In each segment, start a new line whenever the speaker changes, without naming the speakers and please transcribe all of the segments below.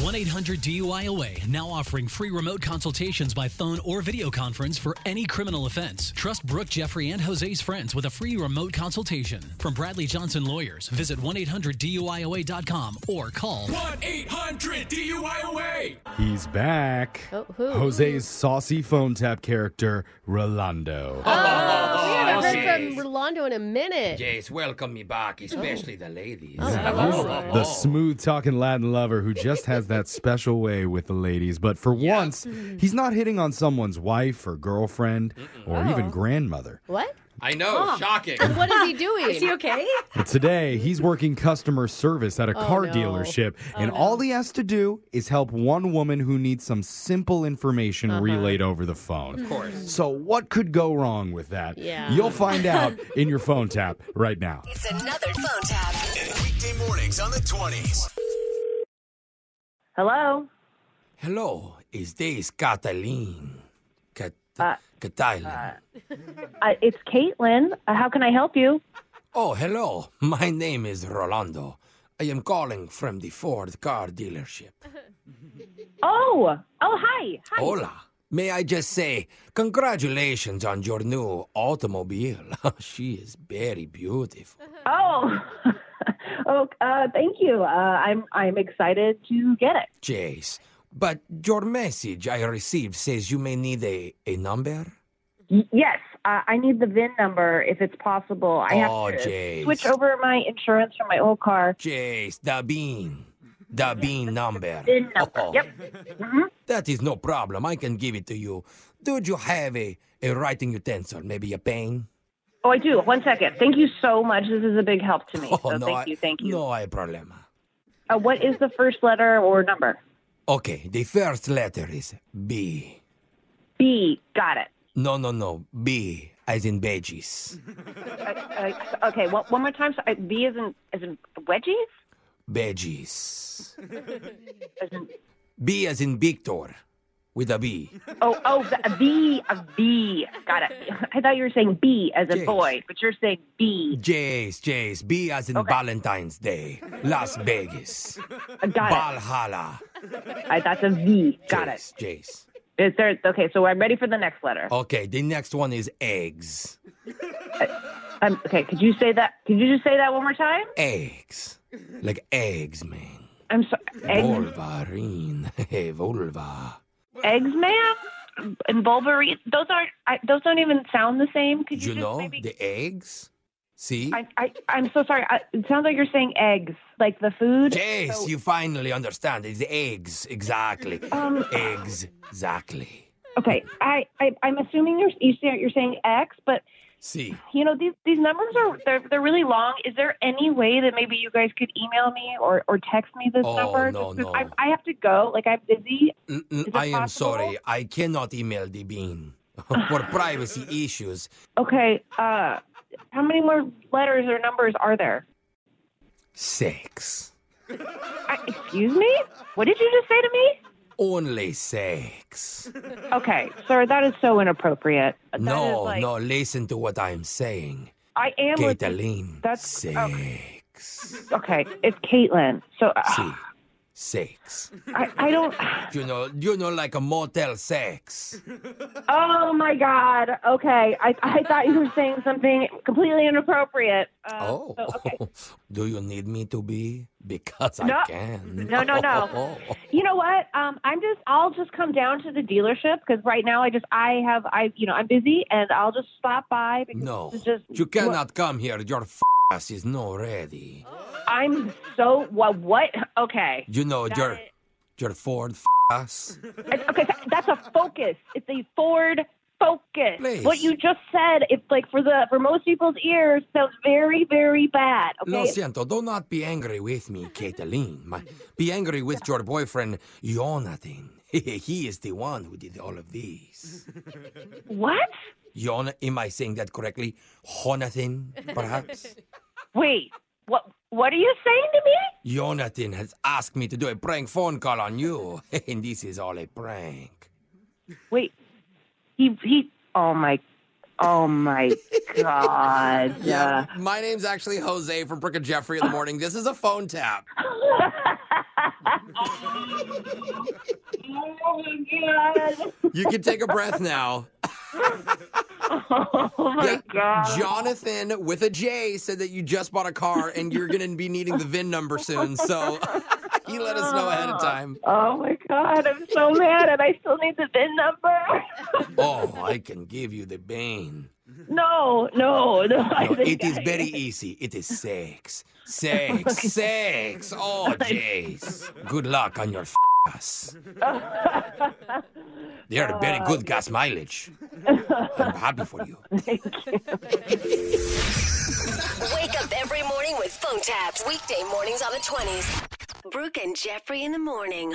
1 800 DUIOA now offering free remote consultations by phone or video conference for any criminal offense. Trust Brooke, Jeffrey, and Jose's friends with a free remote consultation. From Bradley Johnson Lawyers, visit 1 800 DUIOA.com or call
1 800 DUIOA.
He's back.
Oh, who?
Jose's saucy phone tap character, Rolando.
Oh, we haven't heard from
yes.
Oh. Rolando in a minute.
Yes, welcome me back, especially the ladies.
Oh,
The smooth talking Latin lover who just has that special way with the ladies. But for once, he's not hitting on someone's wife or girlfriend or
Oh.
even grandmother.
What?
I know, shocking.
Oh. What is he doing? is he okay?
But today, he's working customer service at a
Oh,
car
no.
dealership. and all he has to do is help one woman who needs some simple information
Uh-huh.
relayed over the phone. Of
course.
So, what could go wrong with that?
Yeah.
You'll find out in your phone tap right now.
It's another phone tap.
Weekday mornings on the 20s.
Hello.
Hello, is this Cataline? Cat- Cataline.
uh,
Uh, it's Caitlin. Uh, how can I help you?
oh, hello. My name is Rolando. I am calling from the Ford car dealership.
Oh, oh, hi. Hi.
Hola. May I just say, congratulations on your new automobile. she is very beautiful.
Oh, oh, uh, thank you. Uh, I'm I'm excited to get it.
Jace, but your message I received says you may need a, a number?
Y- yes, uh, I need the VIN number if it's possible. I
Oh,
have to
Jace.
switch over my insurance from my old car.
Jace, the bean. The bean number.
VIN number.
Oh,
Yep.
That is no problem. I can give it to you. Do you have a, a writing utensil? Maybe a pen?
Oh, I do. One second. Thank you so much. This is a big help to me.
Oh,
so
no,
thank
I-
you. Thank you.
No hay problema.
Uh, what is the first letter or number?
Okay, the first letter is B.
B. Got it.
No, no, no. B, as in veggies.
Mm-hmm. Uh, uh, okay. Well, one more time. So, uh, B is in is in wedgies.
Veggies.
As in,
B as in Victor, with a B.
Oh, oh, the- a V, a V. Got it. I thought you were saying B as in
Yes.
boy, but you're saying B.
Jace, Jace, B as in Valentine's Day, Las Vegas,
Uh, Got
Valhalla.
it. I, that's a V. Got it.
Jace, Jace.
Is there? Okay, so I'm ready for the next letter.
Okay, the next one is eggs.
Um, okay, could you say that? Could you just say that one more time?
Eggs. Like eggs, man.
I'm sorry. Eggs,
Wolverine. Vulva.
eggs, man, and Bulberine. Those aren't. I, those don't even sound the same. Could you,
You
just
know,
maybe?
the eggs? See?
I, I, I'm so sorry. I, it sounds like you're saying eggs, like the food.
Jace,
So-
you finally understand. It's eggs, exactly.
Um,
eggs, exactly.
Okay, I, I I'm assuming you're you say- you're saying X, but
See.
you know these these numbers are they're they're really long. Is there any way that maybe you guys could email me or or text me this
Oh,
number?
no,
Just 'cause
no.
I, I have to go. Like I'm busy.
Mm-mm,
it
I am
possible?
sorry. I cannot email the bean for privacy issues.
Okay. Uh, how many more letters or numbers are there?
Sex.
I, excuse me. What did you just say to me?
Only sex.
Okay, sir, that is so inappropriate. That is,
no,
like-
no, listen to what I'm saying.
I am with
Caitlin.
That's oh. okay.
sex.
okay. It's Caitlin. So uh,
See. Sex.
I, I don't.
You know, you know, like a motel sex.
Mm-hmm. Oh my God. Okay. I, I thought you were saying something completely inappropriate. Uh,
oh.
so, okay.
Do you need me to be? Because
No.
I can.
No, no, no. You know what? Um, I'm just. I'll just come down to the dealership because right now I just. I have. I. You know. I'm busy, and I'll just stop by. Because
No.
this is Just.
You
what-
cannot come here. Your f- ass is not ready.
Oh, I'm so. What? What? Okay.
You know,
Got
your,
it.
your Ford f- ass.
It's- okay. th- That's a focus. It's a Ford. Focus.
Please.
What you just said, it's like for the for most people's ears, sounds very, very bad. Okay,
Lo siento, do not be angry with me, Caitlin. My- Be angry with your boyfriend, Jonathan. he is the one who did all of this.
what?
Jon, am I saying that correctly? Jonathan, perhaps?
Wait, what? What are you saying to me?
Jonathan has asked me to do a prank phone call on you, and this is all a prank.
Wait, he he. Oh my, oh my God.
Yeah, my name's actually Jose from Brick and Jeffrey in the morning. This is a phone tap.
Oh my God.
You can take a breath now.
Oh my God.
Jonathan with a J said that you just bought a car and you're going to be needing the VIN number soon. So he let us know ahead of time.
Oh my God. I'm so mad, and I still need the VIN number.
Oh, I can give you the bane.
no, no, no. I
No, it
think
is
I-
very easy. It is sex. Sex. Sex. Oh, jeez. Good luck on your f- ass. They're very good gas mileage. I'm happy for you.
Wake up every morning with phone taps. Weekday mornings on the 20s. Brooke and Jeffrey in the morning.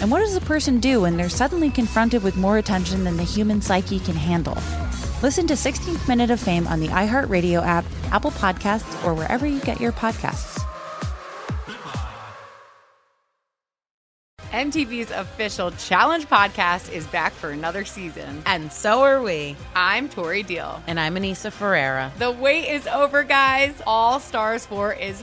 And what does a person do when they're suddenly confronted with more attention than the human psyche can handle? Listen to 16th Minute of Fame on the iHeartRadio app, Apple Podcasts, or wherever you get your podcasts.
MTV's official Challenge podcast is back for another season.
And so are we.
I'm Tori Deal.
And I'm Anissa Ferreira.
The wait is over, guys. All Stars 4 is